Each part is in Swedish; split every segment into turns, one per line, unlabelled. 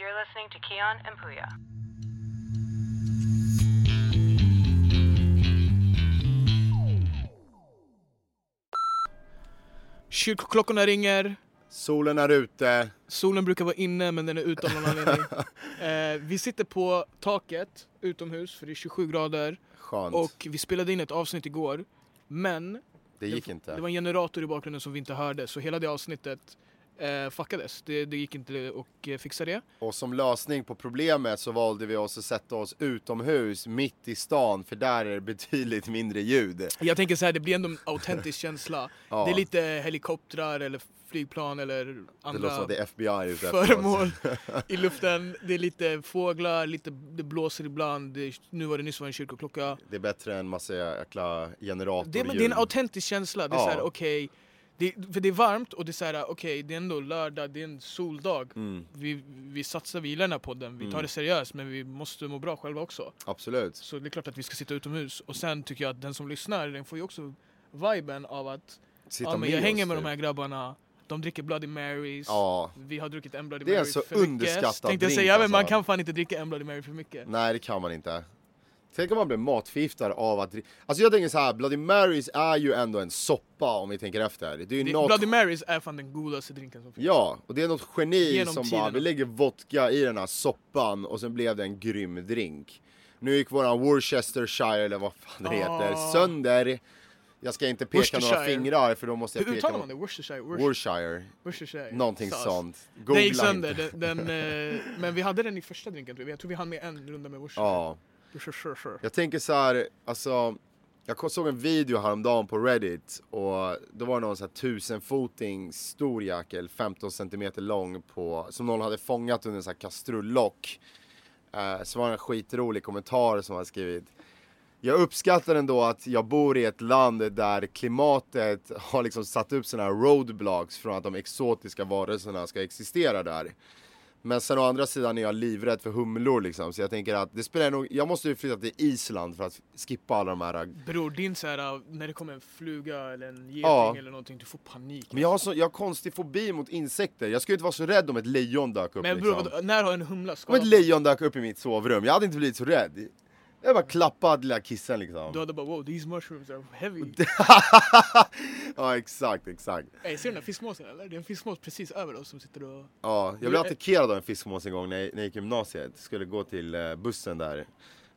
listening to Keon and Puya.
Kyrkoklockorna ringer,
Solen är ute.
solen brukar vara inne men den är ute av någon anledning. Eh, vi sitter på taket utomhus för det är 27 grader
Skönt.
och vi spelade in ett avsnitt igår. Men
det gick inte.
det var en generator i bakgrunden som vi inte hörde så hela det avsnittet eh, fuckades. Det, det gick inte att eh, fixa det.
Och som lösning på problemet så valde vi oss att sätta oss utomhus mitt i stan för där är det betydligt mindre ljud.
Jag tänker så här, det blir ändå en autentisk känsla.
Ja.
Det är lite helikoptrar eller flygplan eller
Det låter som
andra
att det är FBI ute efter oss.
föremål i luften. Det är lite fåglar, lite, det blåser ibland. Det, nu var det nyss var en kyrkoklocka.
Det är bättre än massa jäkla
Det, men det är en
generatorljud.
autentisk känsla. Det är
Ja.
så här, okej. det- För det är varmt och det är så här, okej, det är ändå lördag, det är en soldag.
Mm,
Vi, vi satsar, vi gillar den här podden, vi tar
Mm.
det seriöst men vi måste må bra själva också.
absolut.
Så det är klart att vi ska sitta utomhus. Och sen tycker jag att den som lyssnar, den får ju också viben av att
Sitta
ja, men
med
jag
oss
hänger med
typ.
de här grabbarna, de dricker Bloody Marys.
Ja.
Vi har druckit en Bloody
Det är
Mary
så
för mycket.
underskattad
Tänkte jag
drink,
säga, men man
alltså.
kan fan inte dricka en Bloody Mary för mycket.
Nej det kan man inte. Tänk om man blir matförgiftad av att... dri- Alltså jag tänker så här, Bloody Marys är ju ändå en soppa om vi tänker efter. Det är ju
Det,
något...
Bloody Marys är fan den godaste drinken som finns.
Ja, och det är något geni
Genom
som bara,
tiderna.
vi lägger vodka i den här soppan och sen blev det en grym drink. Nu gick våran Worcestershire, eller vad fan det heter,
Ah.
sönder. Jag ska inte peka några
Worcestershire.
fingrar för då måste jag
Hur
peka...
uttalar man det? Worcestershire? Worcestershire?
Worcestershire,
Worcestershire.
någonting
Sas.
sånt. Googla
Den gick sönder,
inte.
den, den, eh, men vi hade den i första drinken tror jag. Jag tror vi hann med en runda med Worcestershire.
Ja.
Worcestershire.
Jag tänker så här, alltså jag ko- såg en video häromdagen på Reddit och då var det någon så här tusenfoting stor jäkel, 15 centimeter lång på, som någon hade fångat under en så här kastrullock. Eh, så var det en skitrolig kommentar som han skrivit. Jag uppskattar ändå att jag bor i ett land där klimatet har liksom satt upp sådana här roadblocks från att de exotiska varelserna ska existera där. Men sen å andra sidan är jag livrädd för humlor liksom, så jag tänker att det spelar nog, jag måste ju flytta till Island för att skippa alla de här
Bror, din så här, ah, när det kommer en fluga eller en geting
Ja.
eller någonting, du får panik.
Men jag har, så, jag har konstig fobi mot insekter, jag skulle inte vara så rädd om ett lejon dök upp
Men bror,
liksom.
vadå? när har en humla
Om ett
skadat
lejon dök upp i mitt sovrum, jag hade inte blivit så rädd. Jag hade bara klappat lilla kissen
Du
liksom.
hade bara wow, these mushrooms are heavy.
ja exakt, exakt.
Ey, ser du den här fiskmåsen eller? Det är en fiskmås precis över oss som sitter och...
Ja, jag blev
Du-
attackerad av en fiskmås en gång när jag, när jag gick i gymnasiet, skulle gå till eh, bussen där.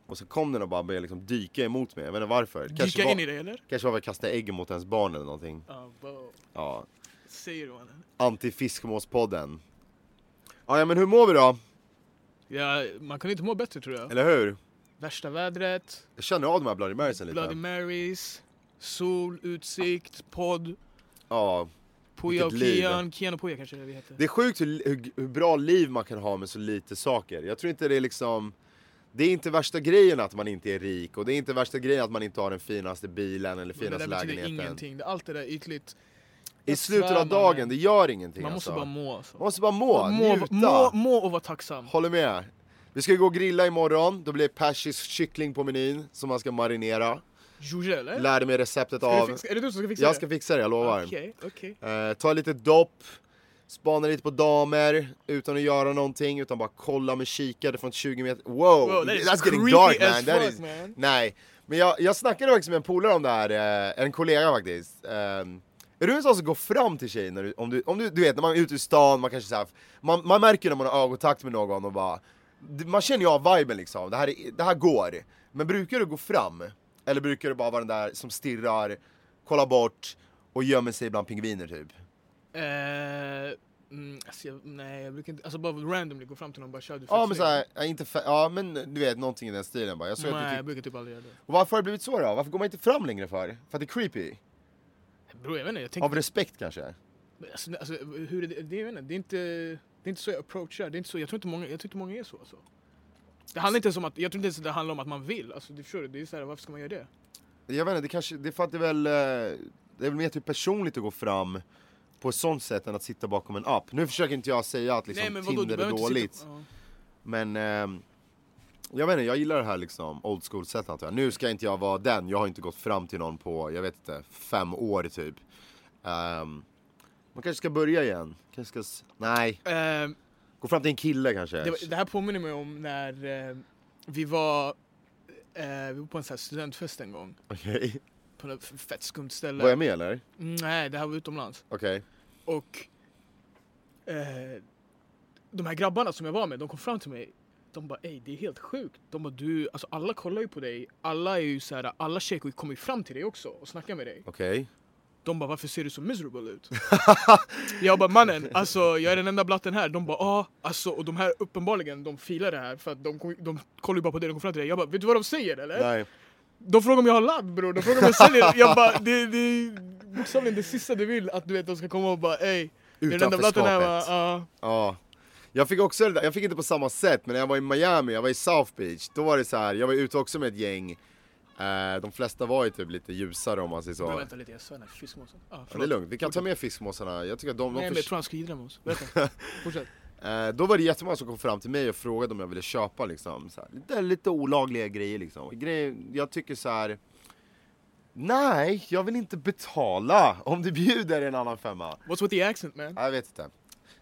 Och så kom den och bara började liksom dyka emot mig, jag vet inte varför.
Dyka
var,
in i dig eller?
Kanske var för att kasta ägg mot ens barn eller någonting.
Ja, vad
Ja.
säger du mannen?
Antifiskmåspodden. Ja, ja men hur mår vi då?
Ja, man kunde inte må bättre tror jag.
Eller hur?
Värsta vädret,
Jag känner av de här Bloody Marysen lite.
Bloody Marys, sol, utsikt, podd,
Ja.
Puya och
Vilket liv.
Kian. Kian och Puya kanske det vi heter.
Det är sjukt hur, hur, hur bra liv man kan ha med så lite saker. Jag tror inte det är liksom... Det är inte värsta grejen att man inte är rik och det är inte värsta grejen att man inte har den finaste bilen eller
det där
finaste
betyder
lägenheten.
ingenting. Det- Allt det där är ytligt.
I
Jag
slutet
svär,
av dagen,
mannen.
det gör ingenting
Man måste
alltså.
bara må alltså.
Man måste bara må,
må,
njuta.
må, må och vara tacksam.
Håller med. Vi ska gå och grilla imorgon, då blir det persisk kyckling på menyn som man ska marinera.
Jojje eller?
Lärde mig receptet
Ska du
av...
fixa- Är det du som ska fixa
Jag
det?
ska fixa det, jag lovar.
Okej, okej.
Eh, ta lite dopp, spana lite på damer utan att göra någonting, utan bara kolla med kikare från 20 meter. Wow,
Wow, that is
that's getting
creepy
dark man.
as
That
fuck,
is...
man.
Nej, men jag, jag snackade faktiskt med en polare om det här, eh, en kollega faktiskt. Eh, är du en sån som går fram till tjejer när du, om du, om du, du vet när man är ute i stan, man kanske så här, man, man märker när man har ögonkontakt med någon och bara, d- man känner ju av viben liksom, det här, är, det här går. Men brukar du gå fram? Eller brukar du bara vara den där som stirrar, kollar bort och gömmer sig bland pingviner typ?
Eh, mm, alltså jag, nej, jag brukar inte... Alltså bara randomly gå fram till någon och bara kör du fett
Ja men
snygg."
såhär, ja, inte fe- ja men du vet någonting i den stilen bara. Jag såg att
Nej,
du
jag
tyckte...
brukar typ aldrig göra det.
Och Varför har det blivit så då? Varför går man inte fram längre för? För att det är creepy?
Bro, jag vet inte, jag tänker...
Av respekt kanske?
Alltså, alltså, hur är det, det, jag vet inte, det, är inte, det är inte så jag approachar. Det är inte så, jag, tror inte många, jag tror inte många är så. Alltså. Det handlar inte ens om att, jag tror inte ens det handlar om att man vill. Alltså, du förstår, det är så här, varför ska man göra det?
Jag vet inte, det kanske, det är för att det är väl, eh, det är väl mer typ personligt att gå fram på ett sånt sätt än att sitta bakom en app. Nu försöker inte jag säga att liksom, Tinder är
behöver
dåligt.
Inte sitta, ja.
Men ehm, jag vet inte, jag gillar det här liksom old school sättet antar jag. Nu ska inte jag vara den, jag har inte gått fram till någon på, jag vet inte, fem år typ. Ehm, man kanske ska börja igen. Kanske ska... s- Nej.
Ehm,
Gå fram till en kille kanske.
Det, var- det här påminner mig om när eh, vi var eh, vi var på en sån här studentfest en gång.
Okej.
På något fett skumt ställe.
Var jag med eller?
Mm, Nej, det här var utomlands.
Okej.
Och eh, de här grabbarna som jag var med, de kom fram till mig. De bara ej, det är helt sjukt. De bara du, alltså alla kollar ju på dig. Alla är ju så här, alla tjejer kommer ju fram till dig också och snackar med dig.
Okej.
De bara varför ser du så miserable ut? jag bara mannen, alltså jag är den enda blatten här. De bara ah, alltså och de här uppenbarligen de filar det här för att de, kom- de kollar ju bara på dig, de kommer fram till dig. Jag bara vet du vad de säger eller?
Nej.
De frågar om jag har ladd bror, de frågar om jag säljer. jag bara det, det är bokstavligen det sista du vill att du vet de ska komma och bara ey. jag är den enda blatten här va?
Utanförskapet.
Ja.
Ja. Jag fick också det där, jag fick inte på samma sätt, men när jag var i Miami, jag var i South Beach, då var det så här, jag var ute också med ett gäng, eh, de flesta var ju typ lite ljusare om man säger så.
Men
Ja,
vänta lite, jag svär den här fiskmåsen. Ah,
det är lugnt, vi kan ta med fiskmåsarna, jag tycker att de, de
Nej men
förs-
jag tror han ska idra med oss. Vänta, fortsätt.
Eh, då var det jättemånga som kom fram till mig och frågade om jag ville köpa liksom, så här, det där är lite olagliga grejer liksom. Grejer, jag tycker så här. Nej, jag vill inte betala om du bjuder en annan femma.
What's with the accent man?
Nej, Jag vet inte.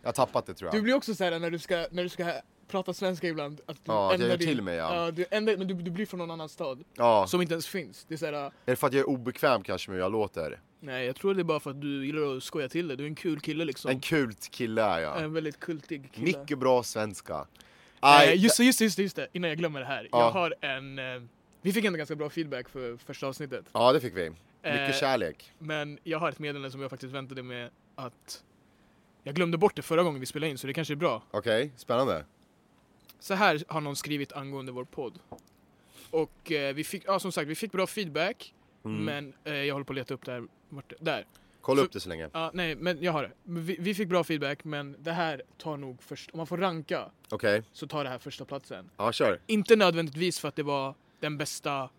Jag har tappat det tror jag.
Du blir också såhär när du ska, när du ska prata svenska ibland. Att du
Ja, att jag
ändrar
gör
din-
till mig, ja.
du ändrar, men du, du blir från någon annan stad.
Ja.
Som inte ens finns. Det är såhär,
Är det för att jag är obekväm kanske med hur jag låter?
nej jag tror det är bara för att du gillar att skoja till det. Du är en kul kille liksom.
En kul kille är jag.
En väldigt kultig kille. Eh,
Mycket bra svenska.
Nej,
Aj,
just, det, just, det, just, det, just det, innan jag glömmer det här.
Ja.
Jag har en... eh, Vi fick ändå ganska bra feedback för första avsnittet.
Ja, det fick vi. Mycket
Eh,
kärlek.
Men jag har ett meddelande som jag faktiskt väntade med att... Jag glömde bort det förra gången vi spelade in så det kanske är bra.
Okej, spännande.
Så här har någon skrivit angående vår podd. Och eh, vi fick, ja, som sagt, vi fick bra feedback. Men eh, jag håller på att leta upp det här. Vart, det- där.
Kolla
så-
upp det så länge.
Ja, nej, men jag har det. Men Vi, vi fick bra feedback, men det här tar nog först... Om man får ranka
Okej,
så tar det här första platsen.
ja kör.
Inte nödvändigtvis för att det var den bästa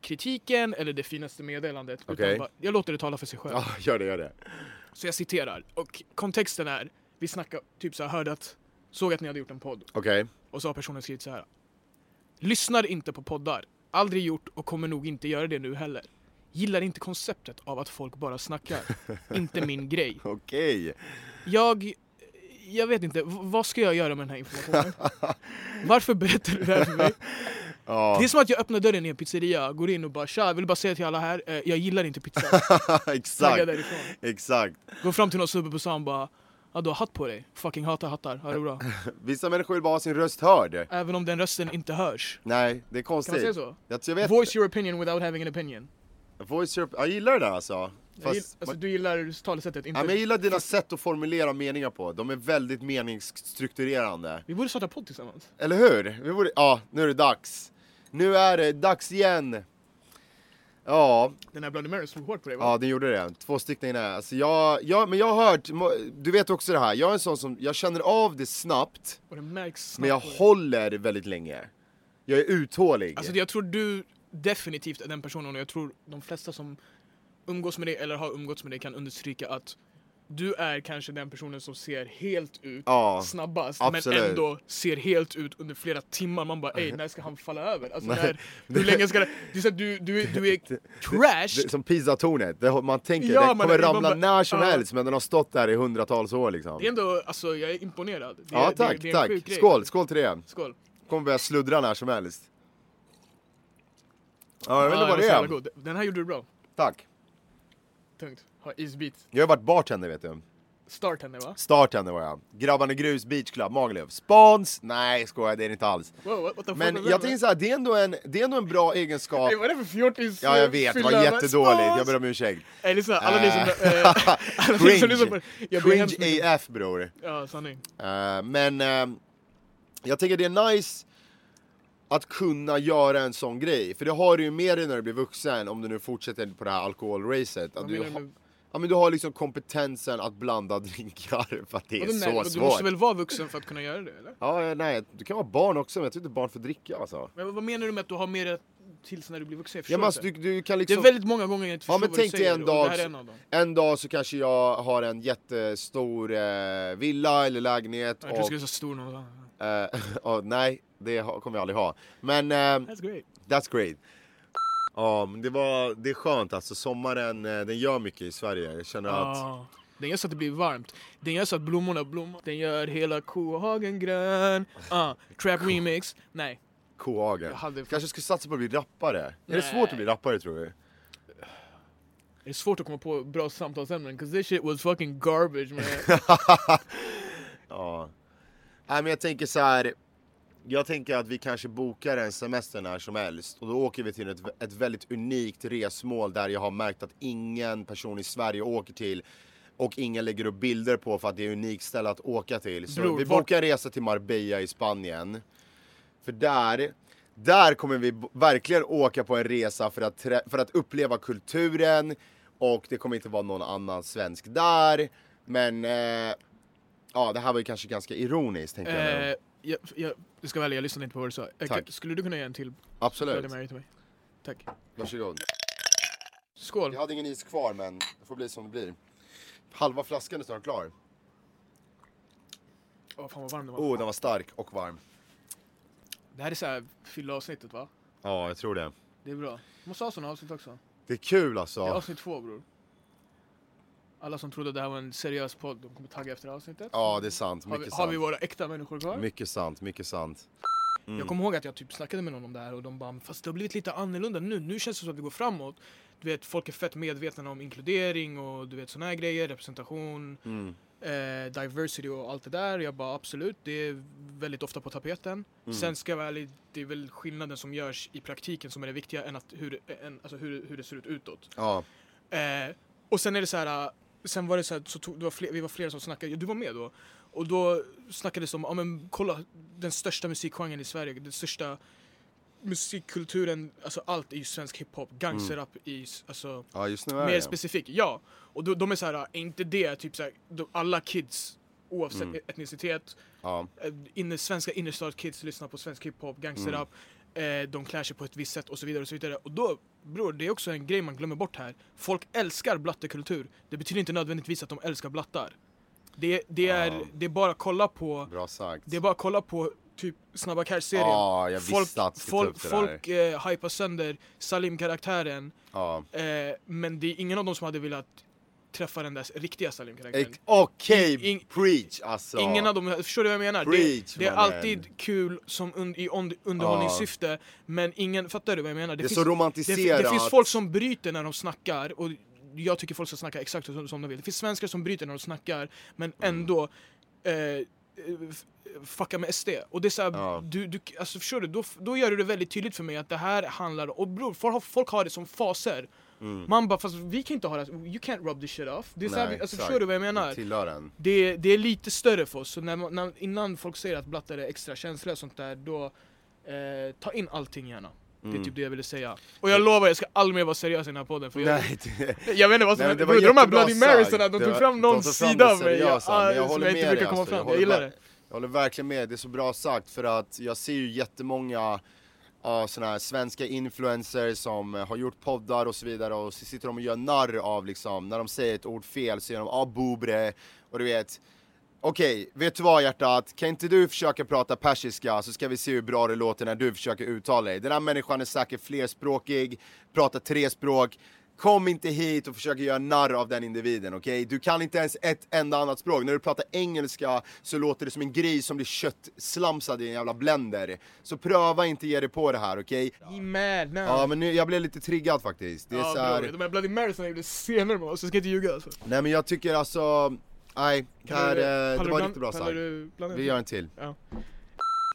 kritiken eller det finaste meddelandet.
Okej.
Utan bara, jag låter det tala för sig själv.
Ja, gör det, gör det.
Så jag citerar. Och kontexten är, vi snackade, typ så här, hörde att, såg att ni hade gjort en podd.
Okej.
Och så har personen skrivit så här. Lyssnar inte på poddar. Aldrig gjort och kommer nog inte göra det nu heller. Gillar inte konceptet av att folk bara snackar. inte min grej.
Okej.
Jag... Jag vet inte, v- vad ska jag göra med den här informationen? Varför berättar du det här för mig?
Ja,
Det är som att jag öppnar dörren i en pizzeria, går in och bara tja, jag vill bara säga till alla här, eh, jag gillar inte pizza. Taggar
exakt.
därifrån.
Exakt.
Går fram till någon snubbe på stan bara, ja du har hatt på dig, fucking hatar hattar, ha det bra.
Vissa människor vill bara ha sin röst hörd.
Även om den rösten inte hörs.
Nej, det är konstigt.
Kan man säga så?
Jag, jag vet
Voice your opinion without having an opinion.
Voice your... Jag gillar det där alltså.
Jag
Fast,
gill, alltså, du gillar talesättet, inte...
ja, men jag gillar dina sätt att formulera meningar på. De är väldigt meningsstrukturerande.
Vi borde starta podd tillsammans.
Eller hur? Vi borde... Ja, nu är det dags. Nu är det dags igen. Ja,
Den här Bloody Mary slog hårt på dig va?
ja den gjorde det. Två stycken innan. Alltså jag, jag, men jag har hört, du vet också det här, jag är en sån som, jag känner av det snabbt,
Och det märks snabbt
men jag
på dig.
håller väldigt länge. Jag är uthållig.
Alltså jag tror du definitivt är den personen och jag tror de flesta som umgås med dig eller har umgåtts med dig kan understryka att du är kanske den personen som ser helt ut
Ja,
snabbast
absolut.
men ändå ser helt ut under flera timmar. Man bara ej, när ska han falla över? Alltså när, hur länge ska det... Det är så att du, du, är- du är
Det,
trashed.
som Pisa-tornet, det har- man tänker
Ja,
den
man-
kommer
man
ramla
bara-
när som
ja.
helst men den har stått där i hundratals år liksom.
Det är ändå, alltså jag är imponerad. Det, är-
ja
det,
tack,
är- det är en
tack.
sjuk grej.
Skål, skål till det.
Skål.
Kommer börja sluddra när som helst. Ja, jag vet
Ja,
inte
den
vad det
var så jävla
är.
god. Den här gjorde du bra.
Tack.
Tungt. Ha isbit.
Jag har varit bartender vet du.
Start henne va?
Startender var jag. Grabbarna Grus Beach Club, Magaluf. Spons! Nej skojar, det är det inte alls.
Wow, what, what the fuck
Men
was that,
jag
man?
tänker såhär, det, är ändå en- det är ändå en bra egenskap.
Ey, vad är det för fjortis?
Ja jag vet, det var
fylla?
jättedåligt.
Spons!
Jag ber om ursäkt.
Ey lyssna, alla ni som... eh, alla ni som lyssnar på
Cringe.
det. Jag ber hemskt mycket.
Cringe AF bror.
Ja, sanning.
Eh, men eh, jag tänker det är nice att kunna göra en sån grej. För det har du ju med dig när du blir vuxen om du nu fortsätter på det här alkoholracet. Att
Vad
du,
menar du
ha,
med-
ja, men du har liksom kompetensen att blanda drinkar för att det är
Vadå, nej,
så
vadå, Du
svårt.
måste väl vara vuxen för att kunna göra det eller?
Ja, ja, nej, du kan vara barn också men jag tror inte barn får dricka alltså.
Men vad menar du med att du har mer att- tills när du blir vuxen? Jag
Ja,
förstår
men alltså
inte.
du, du kan
Det
liksom...
är väldigt många gånger jag inte förstår
Ja men
vad
tänk
du
dig
säger
en
och det
dag,
här är en av dem.
en dag så kanske jag har en jättestor eh, villa eller lägenhet
Jag trodde du
och...
skulle säga stor någon annan.
Eh, och nej, det ha- kommer jag aldrig ha. Men eh,
That's great.
That's great. Ja, men det, var, det är skönt alltså. Sommaren eh, den gör mycket i Sverige. Jag känner att
Ja. Den gör så att det blir varmt. Den gör så att blommorna blommar. Den gör hela kohagen grön. Ah, trap remix. Nej,
Kohagen.
jag hade...
Kanske skulle satsa på att bli rappare. Är
Nej.
det svårt att bli rappare tror du?
Det är svårt att komma på bra samtalsämnen, 'cause this shit was fucking garbage man. Eh,
Ja. Nej men jag tänker så här. Jag tänker att vi kanske bokar en semester när som helst och då åker vi till ett, ett väldigt unikt resmål där jag har märkt att ingen person i Sverige åker till och ingen lägger upp bilder på för att det är ett unikt ställe att åka till. Så
Bror,
vi
vart-
bokar en resa till Marbella i Spanien. För där, där kommer vi b- verkligen åka på en resa för att, trä- för att uppleva kulturen och det kommer inte vara någon annan svensk där. Men eh, ja, det här var ju kanske ganska ironiskt tänker jag. nu.
eh, jag, jag, jag ska välja, jag lyssnade inte på vad du sa. Eh,
Tack.
kan- Skulle du kunna ge en till Bloody
Absolut.
Mary till mig? Tack.
Varsågod.
Skål.
Jag hade ingen is kvar men det får bli som det blir. Halva flaskan är snart klar.
Åh fan vad varm den var.
Oh, den var stark och varm.
Det här är såhär fylla avsnittet va?
Ja, jag tror det.
Det är bra. Måste ha såna avsnitt också.
Det är kul
Det är
alltså.
avsnitt två bror. Alla som trodde det här var en seriös podd, de kommer tagga efter avsnittet.
Ja, det är sant.
har, vi,
Mycket
har vi
sant.
våra äkta människor kvar?
Mycket sant, mycket sant.
Jag kommer ihåg att jag typ snackade med någon om det här och de bara fast det har blivit lite annorlunda nu, nu känns det som att vi går framåt. Du vet, folk är fett medvetna om inkludering och du vet såna här grejer, representation,
Mm.
eh, diversity och allt det där. Jag bara absolut, det är väldigt ofta på tapeten.
Mm.
Sen ska jag vara ärlig, det är väl skillnaden som görs i praktiken som är det viktiga än, att hur, än alltså hur, hur det ser ut utåt.
Ja.
Eh, och sen är det så här, eh, sen var det så här, så tog, det var fler, vi var flera som snackade, ja, du var med då. Och då snackades det om, ja men kolla den största musikgenren i Sverige, den största musikkulturen, alltså allt är ju svensk hiphop, gangsterrap i, s- alltså
Mm. ja, just nu är
mer
det.
specifikt, ja. Och då, de är så här, är inte det typ så här, de, alla kids oavsett
Mm.
etnicitet,
Ja.
eh, inne, svenska innerstadskids lyssnar på svensk hiphop, gangsterrap,
Mm.
eh, de klär sig på ett visst sätt och så vidare. Och så vidare. Och då, bror, det är också en grej man glömmer bort här. Folk älskar blattekultur. Det betyder inte nödvändigtvis att de älskar blattar. Det, det, är,
Ja.
det är bara att kolla på,
Bra sagt.
det är bara att kolla på typ Snabba Cash-serien.
Ja, jag visste att du skulle ta
folk,
upp det där.
folk eh, hypar sönder Salim-karaktären,
Ja.
eh, men det är ingen av dem som hade velat träffa den där riktiga Salim-karaktären.
Ek- Okej,
In-
preach alltså!
Ingen av dem, förstår du vad jag menar?
Preach,
det, det är
mannen.
alltid kul som un, i on, underhållningssyfte, men ingen, fattar du vad jag menar?
det, är så romantiserat.
det, det finns folk som bryter när de snackar, och jag tycker folk ska snacka exakt som, som de vill. Det finns svenskar som bryter när de snackar, men
Mm.
ändå eh, f- fucka med SD. Och det är såhär,
Ja.
du, du, alltså förstår du? Då, då gör du det väldigt tydligt för mig att det här handlar och bror, folk, har- folk har det som faser. Man bara, fast vi kan inte ha det, you can't rub this shit off. Det är så här,
Mm. Nej,
vi- alltså,
exakt.
förstår du vad jag menar?
Det Tillhör den.
det, det är lite större för oss, så när, man- när, innan folk säger att blattar är extra känsliga och sånt där, då eh, ta in allting gärna.
Mm.
Det är typ det jag ville säga. Och jag lovar, jag ska aldrig mer vara seriös i den här podden för jag,
Nej, det,
jag vet inte vad som
Nej, men
hände,
det var
Bror, de här
jättebra
Bloody
sagt.
Marysarna, de
Det
tog
var-
fram någon
de tog fram
sida
det
av mig
seriösa,
ah,
men jag
som
håller
jag inte
med
brukar
dig,
komma
alltså. Jag
fram Jag
håller
gillar
med.
det.
jag håller verkligen med, det är så bra sagt för att jag ser ju jättemånga Ja, såna här svenska influencers som eh, har gjort poddar och så vidare och så sitter de och gör narr av liksom, när de säger ett ord fel så gör de ah bobre och du vet Okej, vet du vad hjärtat? Kan inte du försöka prata persiska så ska vi se hur bra det låter när du försöker uttala dig. Den här människan är säkert flerspråkig, pratar tre språk. Kom inte hit och försök göra narr av den individen, okej? Du kan inte ens ett enda annat språk. När du pratar engelska så låter det som en gris som blir köttslamsad i en jävla blender. Så pröva inte ge dig på det här, okej?
He mad now.
Ja, men nu, jag blev lite triggad faktiskt. Det är
Ja,
så
bror,
här...
de här Bloody Marysarna gjorde senare med oss, jag ska inte ljuga alltså.
Nej men jag tycker alltså... Nej, det,
Kan
här,
du- pallar
eh, det
du
var
bland-
riktigt bra
pallar
sagt.
du blanda
Vi
in?
gör en till.
Ja.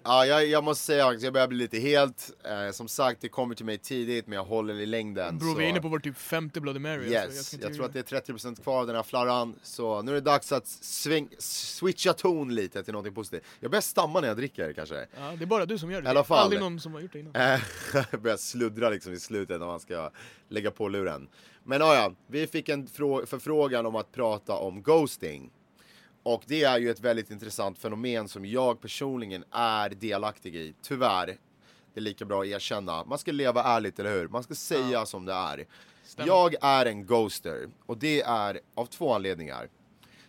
Ja, jag, jag måste säga att jag börjar bli lite helt. Eh, som sagt, det kommer till mig tidigt men jag håller i längden.
Bror
så.
vi är inne på vår typ femte Bloody Mary alltså,
Yes,
ska
jag,
inte
tror
ljuga.
att det är 30% kvar av den här flarran. Så nu är det dags att swing, switcha ton lite till någonting positivt. Jag börjar stamma när jag dricker kanske.
Ja, det är bara du som gör det.
I alla fall.
Aldrig någon som har gjort det innan.
Eh, börjar sluddra liksom i slutet när man ska lägga på luren. Men ja, ja, vi fick en frå- förfrågan om att prata om ghosting. Och det är ju ett väldigt intressant fenomen som jag personligen är delaktig i, tyvärr. Det är lika bra att erkänna. Man ska leva ärligt, eller hur? Man ska säga som det är.
Stämmer.
Jag är en ghoster och det är av två anledningar.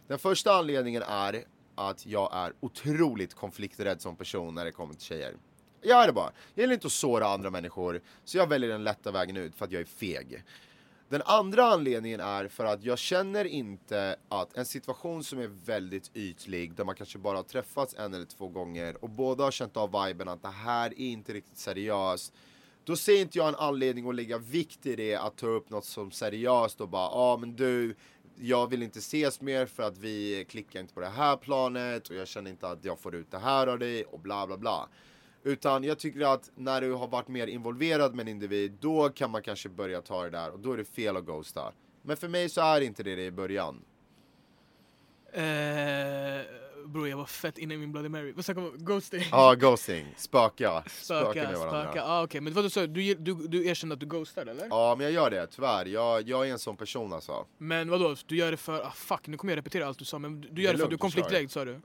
Den första anledningen är att jag är otroligt konflikträdd som person när det kommer till tjejer. Jag är det bara. Jag gillar inte att såra andra människor, så jag väljer den lätta vägen ut för att jag är feg. Den andra anledningen är för att jag känner inte att en situation som är väldigt ytlig, där man kanske bara har träffats en eller två gånger och båda har känt av viben att det här är inte riktigt seriöst. Då ser inte jag en anledning att lägga vikt i det, att ta upp något som seriöst och bara, ja ah, men du, jag vill inte ses mer för att vi klickar inte på det här planet och jag känner inte att jag får ut det här av dig och bla bla bla. Utan jag tycker att när du har varit mer involverad med en individ, då kan man kanske börja ta det där och då är det fel att ghosta. Men för mig så är inte det det i början.
Eh, bror, jag var fett inne i min Bloody Mary. Vad snackar vi om? Ghosting?
Ja, ah, ghosting. Spöka. Spöka, Spöka med varandra.
spöka. Ah, Okej, men vad du sa, du, du, du erkände att du ghostar eller?
Ja, men jag gör det tyvärr. Jag, jag är en sån person alltså.
Men vadå, du gör det för... Ah, fuck, nu kommer jag repetera allt du sa. Men du- du gör
är
det för att du är
lugnt, jag kör.
konflikträdd sa du?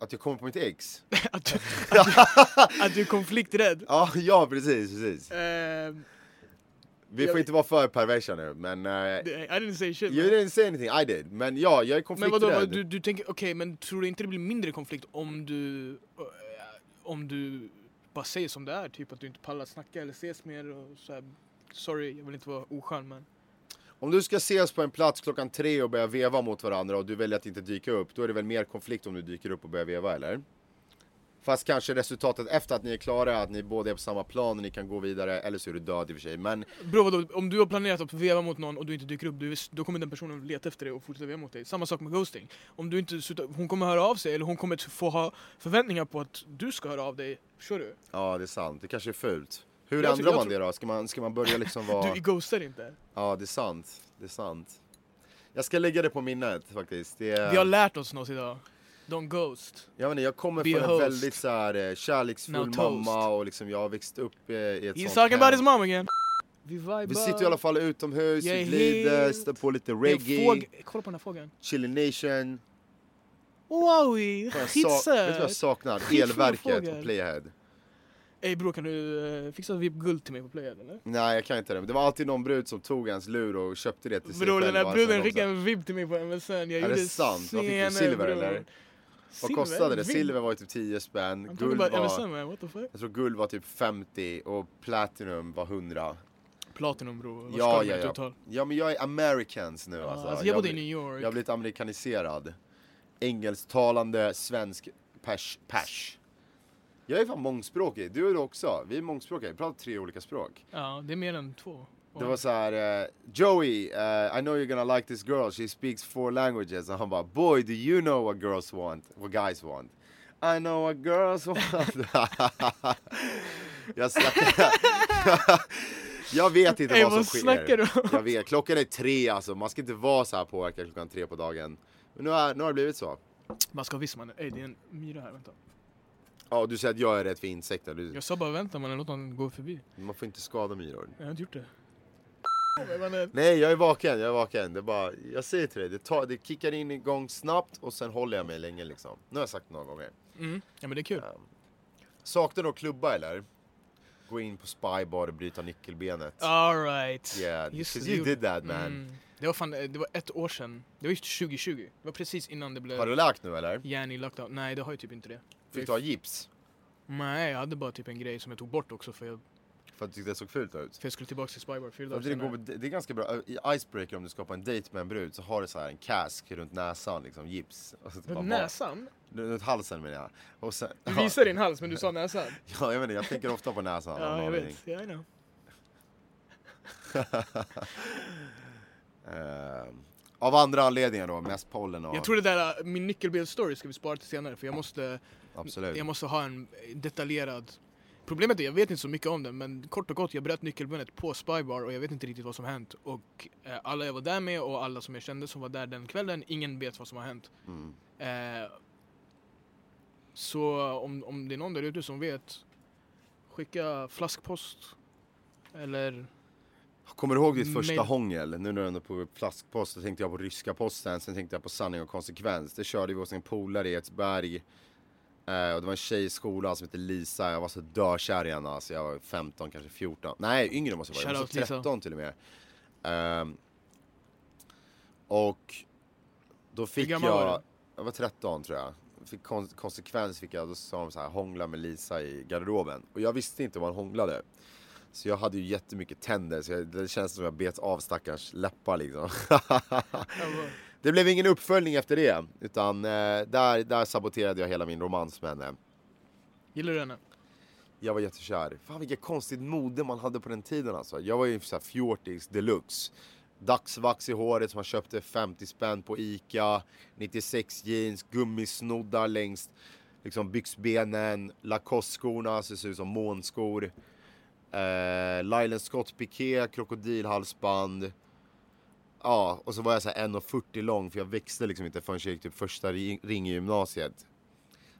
Att jag kommer på mitt ex?
Att du, att du, att du är konflikträdd?
Ja, ja precis, precis.
Ehm,
Vi får inte vara för perversa nu, men... eh,
I didn't say shit.
you
man.
didn't say anything, I did. Men ja, jag är
Men
konflikträdd.
vadå, vad, du, du tänker, okej, men tror du inte det blir mindre konflikt om du... eh, Om du bara säger som det är, typ att du inte pallar snacka eller ses mer och så här. Sorry, jag vill inte vara oskön men...
Om du ska ses på en plats klockan tre och börja veva mot varandra och du väljer att inte dyka upp, då är det väl mer konflikt om du dyker upp och börjar veva, eller? Fast kanske resultatet efter att ni är klara är att ni båda är på samma plan och ni kan gå vidare, eller så är du död i och för sig. Men
Bro, vadå, om du har planerat att veva mot någon och du inte dyker upp, du, då kommer den personen leta efter dig och fortsätta veva mot dig. Samma sak med ghosting. Om du inte, slutar- hon kommer höra av sig eller hon kommer t- få ha förväntningar på att du ska höra av dig. Förstår du?
ja, det är sant, det kanske är fult. Hur
Jag tror-
ändrar
jag
man
tror-
det då? Ska man, ska man börja liksom vara...
Du ghostar inte.
Ja, det är sant. Det är sant. Jag ska lägga det på minnet faktiskt. Det är...
Vi har lärt oss något idag. Don't ghost.
Jag vet inte, jag kommer
Be a
från en
host.
väldigt så här, eh, kärleksfull
No toast.
mamma och liksom jag har växt upp eh, i ett
He's
sånt
talking about
hem.
his mom again. Vi vibar.
Vi sitter i alla fall utomhus,
Jag
vi
är
glider,
helt-
sätter på
Det
lite
är en
reggae,
fåg- Kolla på den här fågeln.
Chili Nation.
Wowie,
Fan, jag sa- Vet du vad jag
skitsöt!
saknar?
Skitfin
Elverket
fågel.
och Playhead.
Ey bror, kan du eh, fixa VIP guld till mig på Playhead eller?
Nej, jag kan inte det. Det var alltid någon brud som tog hans lur och köpte det till sig
Bror den
själv.
där
och han sen
bruden
kom
skickade
så här,
en VIP till mig på MSN. Jag gjorde
Är det sant? Vad fick du?
scener,
Silver
bror.
eller? Vad
Silver?
kostade det?
VIP?
Silver var ju typ 10 spänn,
I'm
guld
talking about
var...
MSN man, what the fuck?
Jag tror guld var typ 50 och platinum var 100.
Platinum bror, vad
Ja,
ska
ja,
ja,
ja.
total?
Ja men jag är americans nu
Alltså,
alltså.
jag bodde
blir-
i New York.
Jag har blivit amerikaniserad. Engelsktalande svensk pers. pers. Jag är fan mångspråkig, du är det också. Vi är mångspråkiga, vi pratar tre olika språk.
Ja, det är mer än två.
Det var så här, eh, Joey, eh, I know you're gonna like this girl, she speaks four languages. Och han bara, boy do you know what girls want, what guys want. I know what girls want. jag snackar... jag vet inte
Ey,
vad som
vad
sker.
snackar du om?
Jag vet, klockan är tre alltså, man ska inte vara så här påverkad klockan tre på dagen. Men nu, är, nu har det blivit så.
Man ska visst mannen, ey det är en myra här, vänta.
Ja, du säger att jag är rädd för insekter, du,
Jag sa bara vänta mannen, låt honom gå förbi.
man får inte skada myror.
Jag har inte gjort det. Men mannen,
Nej, jag är vaken, jag är vaken. Det är bara, jag säger till dig, det, tar, det kickar in igång snabbt och sen håller jag mig länge liksom. Nu har jag sagt det några gånger. Ehm,
Mm. Ja men det är kul.
Saknar du att klubba eller? Gå in på spybar och bryta nyckelbenet.
Alright.
Yeah,
Just
because
det,
you
det
did that man.
Mm. Det var fan, eh, det var ett år sedan. Det var just 2020. Det var precis innan det
Har
blev
du läkt nu eller?
järn i lockdown. Nej det har ju typ inte det.
Fick du ha gips?
Nej jag hade bara typ en grej som jag tog bort också för jag,
För att du tyckte det såg fult ut?
för jag skulle tillbaka till Spybar fyra dagar
Det, går,
senare.
det det är ganska bra, i icebreaker om du ska på en dejt med en brud så har du så här en cask runt näsan, liksom gips. Och så bara-
Runt näsan?
Runt halsen menar jag. Och sen,
Du visar din hals men du sa näsan.
Ja, jag vet inte, jag tänker ofta på näsan. av
Ja,
någon
jag
anledning.
vet. Ja, I know.
Ehm, av andra anledningar då, mest pollen och...
Jag tror det där, äh, min nyckelbensstory ska vi spara till senare för jag måste,
Absolut.
jag måste ha en detaljerad... Problemet är, jag vet inte så mycket om den men kort och gott, jag bröt nyckelbenet på Spybar och jag vet inte riktigt vad som hänt. Och eh, alla jag var där med och alla som jag kände som var där den kvällen, ingen vet vad som har hänt.
Mm.
Eh, så om, om det är någon där ute som vet, skicka flaskpost eller
Kommer du ihåg ditt första
Mail.
hångel? Nu när du ändå är på flaskpost, så tänkte jag på ryska posten, sen tänkte jag på sanning och konsekvens. Det körde vi hos en polare i Edsberg. Eh, och det var en tjej i skolan som hette Lisa, jag var så dökär i henne. Alltså, jag var 15, kanske 14. Nej, yngre måste jag vara. Jag var
Shoutout,
så
Lisa.
13 till och med. Ehm, och då fick
gammal var
jag...
du?
Jag var 13 tror jag. Fick kon- konsekvens fick jag, då sa de så här hångla med Lisa i garderoben. Och jag visste inte vad han hånglade. Så jag hade ju jättemycket tänder, så jag, det känns som jag bet av stackars läppar liksom.
Jag bara,
Det blev ingen uppföljning efter det, utan eh, där, där saboterade jag hela min romans med henne.
Gillar du henne?
Jag var jättekär. Fan vilket konstigt mode man hade på den tiden alltså. Jag var ju såhär fjortis deluxe. Dagsvax i håret som man köpte 50 spänn på Ica. 96 jeans, gummisnoddar längst liksom byxbenen. Lacoste-skorna som ser ut som månskor. Eh, Lylan Scott-piké, krokodilhalsband. Ja, och så var jag såhär 1,40 lång för jag växte liksom inte förrän jag gick typ första ring, ring i gymnasiet.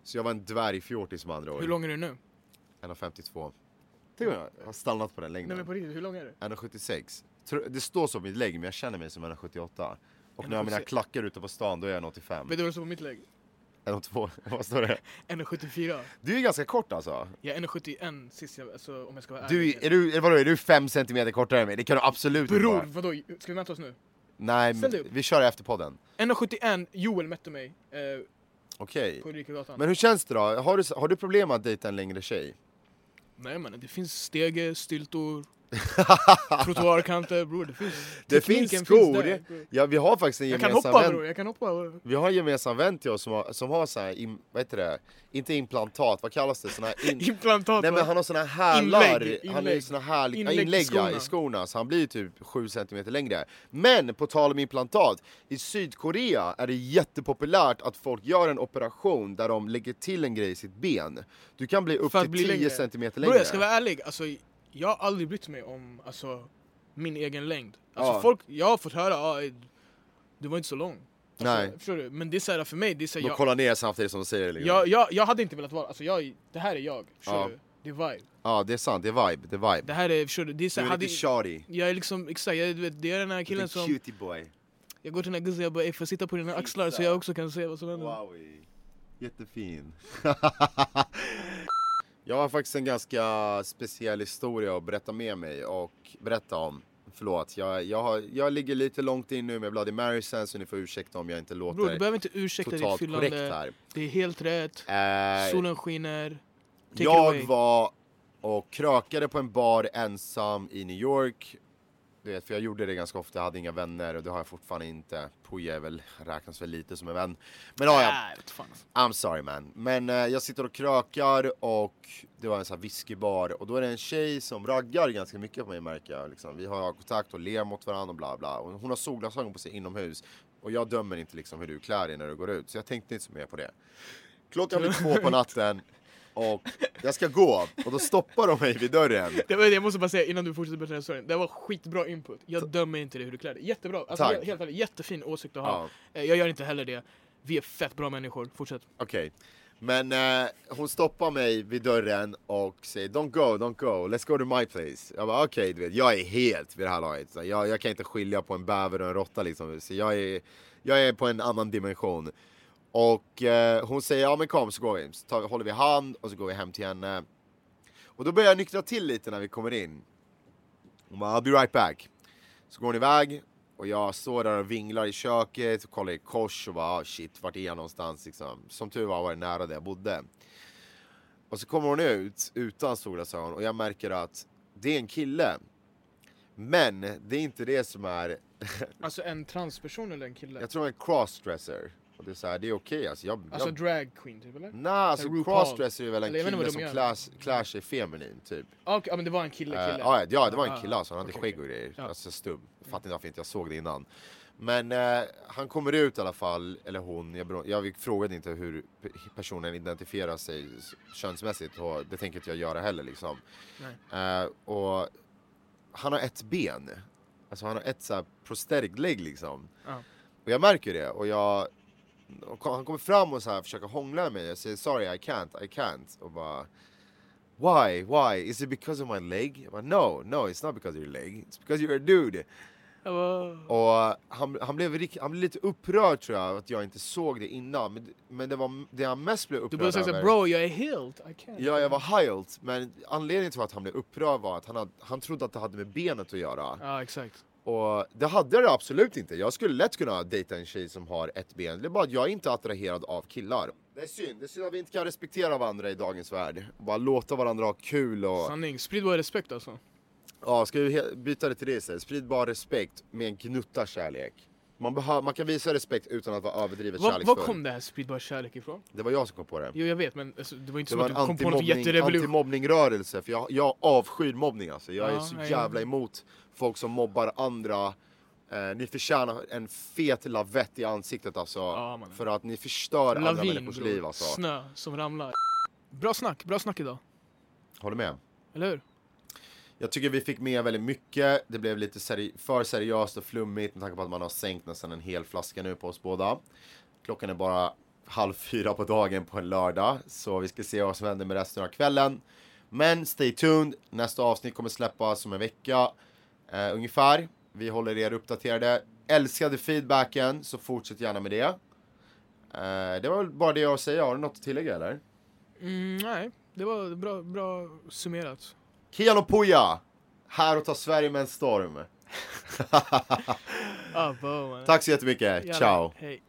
Så jag var en dvärgfjortis med andra ord.
Hur lång är du nu?
1,52. Tänk om jag har stannat på den
Nej men
längden.
på riktigt, hur lång är du?
1,76. Tror- Det står så på mitt lägg, men jag känner mig som 1,78. Och när jag har mina
1,76.
klackar ute på stan, då är jag
Vet
1,85.
du vad det står på mitt lägg?
1,82. Vad står det?
1,74.
Du är ganska kort alltså.
Jag är 1,71 sist jag, alltså, om jag ska vara
Du, är du, är- vadå, är du 5 cm kortare än mig? Det kan du absolut inte
Bror,
vara.
vadå? Ska vi mäta oss nu?
Nej, men
Ställ dig upp.
vi kör efter podden.
1,71, Joel mätte mig eh,
Okej.
på Ulrikagatan.
Men hur känns det då? Har du, har du problem med att dejta en längre tjej?
Nej men det finns stege, styltor, trottoarkanter, bror det finns.
Det
tekniken
finns skor.
där, bror.
ja, vi har faktiskt en
jag kan
gemensam
hoppa
vän.
bror, jag kan hoppa. bror.
Vi har en gemensam vän till oss som har, som har så här, im, vad heter det? Inte implantat, vad kallas det? Såna här in,
Implantat
Nej men
va?
han har såna hälar,
Inlägg,
han har ju
inlägg.
såna här inlägg,
Inlägg
ja,
i
inlägg ja, i
skorna.
skorna så han blir ju typ 7 cm längre. Men på tal om implantat, i Sydkorea är det jättepopulärt att folk gör en operation där de lägger till en grej i sitt ben. Du kan bli upp
För att
till
bli
10
längre.
cm längre.
Bror jag ska vara ärlig, alltså, jag har aldrig brytt mig om alltså, min egen längd. Alltså,
Ja.
folk, jag har fått höra ah, eh, du var inte så lång. Alltså,
Nej.
Förstår du? Men det är så här, för mig, det är så här,
De
jag,
kollar ner samtidigt som de säger det. Liksom. Ja.
jag, jag, jag hade inte velat vara, alltså, jag, det här är jag. Förstår
Ja.
du? Det är vibe.
det är sant, det är vibe. Det är vibe.
Det här är, förstår du? Det är så
Du
här,
är
Alltså, hade,
lite shawty.
jag är liksom, exakt, jag, du vet, det är den här killen
Lite
som,
cutie boy.
jag går till den här gussen jag bara "Ey, får jag sitta på dina axlar så
Fixa.
jag också kan se vad som händer.
Wowie. Jättefin. jag har faktiskt en ganska speciell historia att berätta med mig och berätta om. Förlåt, jag, jag, har, jag ligger lite långt in nu med Bloody Mary sen så ni får ursäkta om jag inte
Bror du
låter
behöver inte ursäkta ditt
totalt korrekt
fyllande,
här.
det är helt rätt,
Eh,
solen skiner. Take it away.
jag var och krökade på en bar ensam i New York. Du vet, för jag gjorde det ganska ofta, jag hade inga vänner och det har jag fortfarande inte. Puja är väl, räknas väl lite som en vän. Men ja, ja.
Nej, vet fan. alltså.
I'm sorry man. Men eh, jag sitter och krökar och det var en sån här whiskybar och då är det en tjej som raggar ganska mycket på mig märker jag. Liksom. Vi har kontakt och ler mot varandra och bla bla. Och hon har solglasögon på sig inomhus och jag dömer inte liksom hur du klär dig när du går ut. Så jag tänkte inte så mer på det. Klockan blir två på natten och jag ska gå och då stoppar de mig vid dörren.
Det var, jag måste bara säga innan du fortsätter berätta den här storyn, det var skitbra input. Jag dömer inte dig hur du klär dig. Jättebra, alltså,
Tack.
he- helt ärligt, jättefin åsikt att ha. Eh, Jag gör inte heller det. Vi är fett bra människor, fortsätt.
Okej. Men eh, hon stoppar mig vid dörren och säger “Don't go, don't go, let's go to my place”. Jag bara okej, du vet, jag är helt vid det här laget. Så Jag, jag kan inte skilja på en bäver och en råtta liksom. Så jag är, jag är på en annan dimension. Och eh, hon säger “Ja men kom så går vi”. Så tar, håller vi hand och så går vi hem till henne. Och då börjar jag nyktra till lite när vi kommer in. Hon bara “I'll be right back”. Så går hon iväg och jag står där och vinglar i köket och kollar i kors och bara ah, shit, vart är jag någonstans liksom. Som tur var var det nära där jag bodde. Och så kommer hon ut utan solglasögon och jag märker att det är en kille. Men det är inte det som är,
Alltså en transperson eller en kille?
jag tror en crossdresser. Och det är så här, det är okej alltså. Jag,
Alltså
jag,
drag queen typ eller?
nej, alltså
RuPaul.
crossdresser är väl en
Eller jag vet inte
kille
vad
som
de gör.
klär, klär sig feminin typ.
Ah, okej, ja men det var en kille
Eh,
kille.
ja, ja, det var en
Ah,
kille alltså. Han hade
okej,
skägg
okej.
och grejer.
Ja.
Alltså stum. Fattar inte varför inte jag såg det innan. Men eh, han kommer ut i alla fall, eller hon. Jag, beror- jag frågade inte hur pe- personen identifierar sig s- könsmässigt och det tänker inte jag göra heller liksom. Eh, och han har ett ben. Alltså han har ett så här prosthetic leg liksom.
Ja.
Och jag märker det och jag och han kommer fram och så här försöker hångla med mig. Jag säger sorry I can't, I can't. Och bara Why, why? Is it because of my leg? Jag bara, no, no it's not because of your leg. It's because you're a dude.
Jag bara,
Och han, han, blev, rikt- han blev lite upprörd tror jag att jag inte såg det innan. Men, men det var det han mest blev
du
upprörd
borde säga såhär
över-
bro jag är helt, I can't.
Ja, jag var hilt. Men anledningen till att han blev upprörd var att han, hade, han trodde att det hade med benet att göra.
Ja Ah, exakt.
Och det hade det absolut inte. Jag skulle lätt kunna dejta en tjej som har ett ben. Det är bara att jag är inte attraherad av killar. Det är synd. Det är synd att vi inte kan respektera varandra i dagens värld. Bara låta varandra ha kul och...
Sanning, sprid vår respekt alltså.
Ja, ska vi he- byta det till det istället? Sprid bara respekt med en gnutta kärlek. Man, behö- man kan visa respekt utan att vara överdrivet
Var, var
kärleksfull.
kom det här sprid bara kärlek ifrån?
Det var jag som kom på det.
Jo jag vet men alltså, det var inte
Det
som
var
att
en
du kom på något
antimobbning-
jätterevolution.
antimobningrörelse, för jag, jag avskyr mobbning alltså. Jag är
Ja,
så
nej.
jävla emot folk som mobbar andra. Eh, ni förtjänar en fet lavett i ansiktet alltså.
Ja, mannen.
för att ni förstör andra
Lavin
människors
bror.
liv alltså.
Snö som ramlar. Bra snack, bra snack idag.
Håller med.
Eller hur?
Jag tycker vi fick med väldigt mycket. Det blev lite seri- för seriöst och flummigt med tanke på att man har sänkt nästan en hel flaska nu på oss båda. Klockan är bara halv fyra på dagen på en lördag, så vi ska se vad som händer med resten av kvällen. Men stay tuned, nästa avsnitt kommer släppas om en vecka eh, ungefär. Vi håller er uppdaterade. Älskade feedbacken, så fortsätt gärna med det. Eh, det var väl bara det jag har att säga. Har du något att tillägga eller?
Mm, nej, det var bra, bra summerat.
Kian och Puja! Här och tar Sverige med en storm.
Ah, bo, man. Ah,
Tack så jättemycket.
Jävlar.
Ciao.
Hej.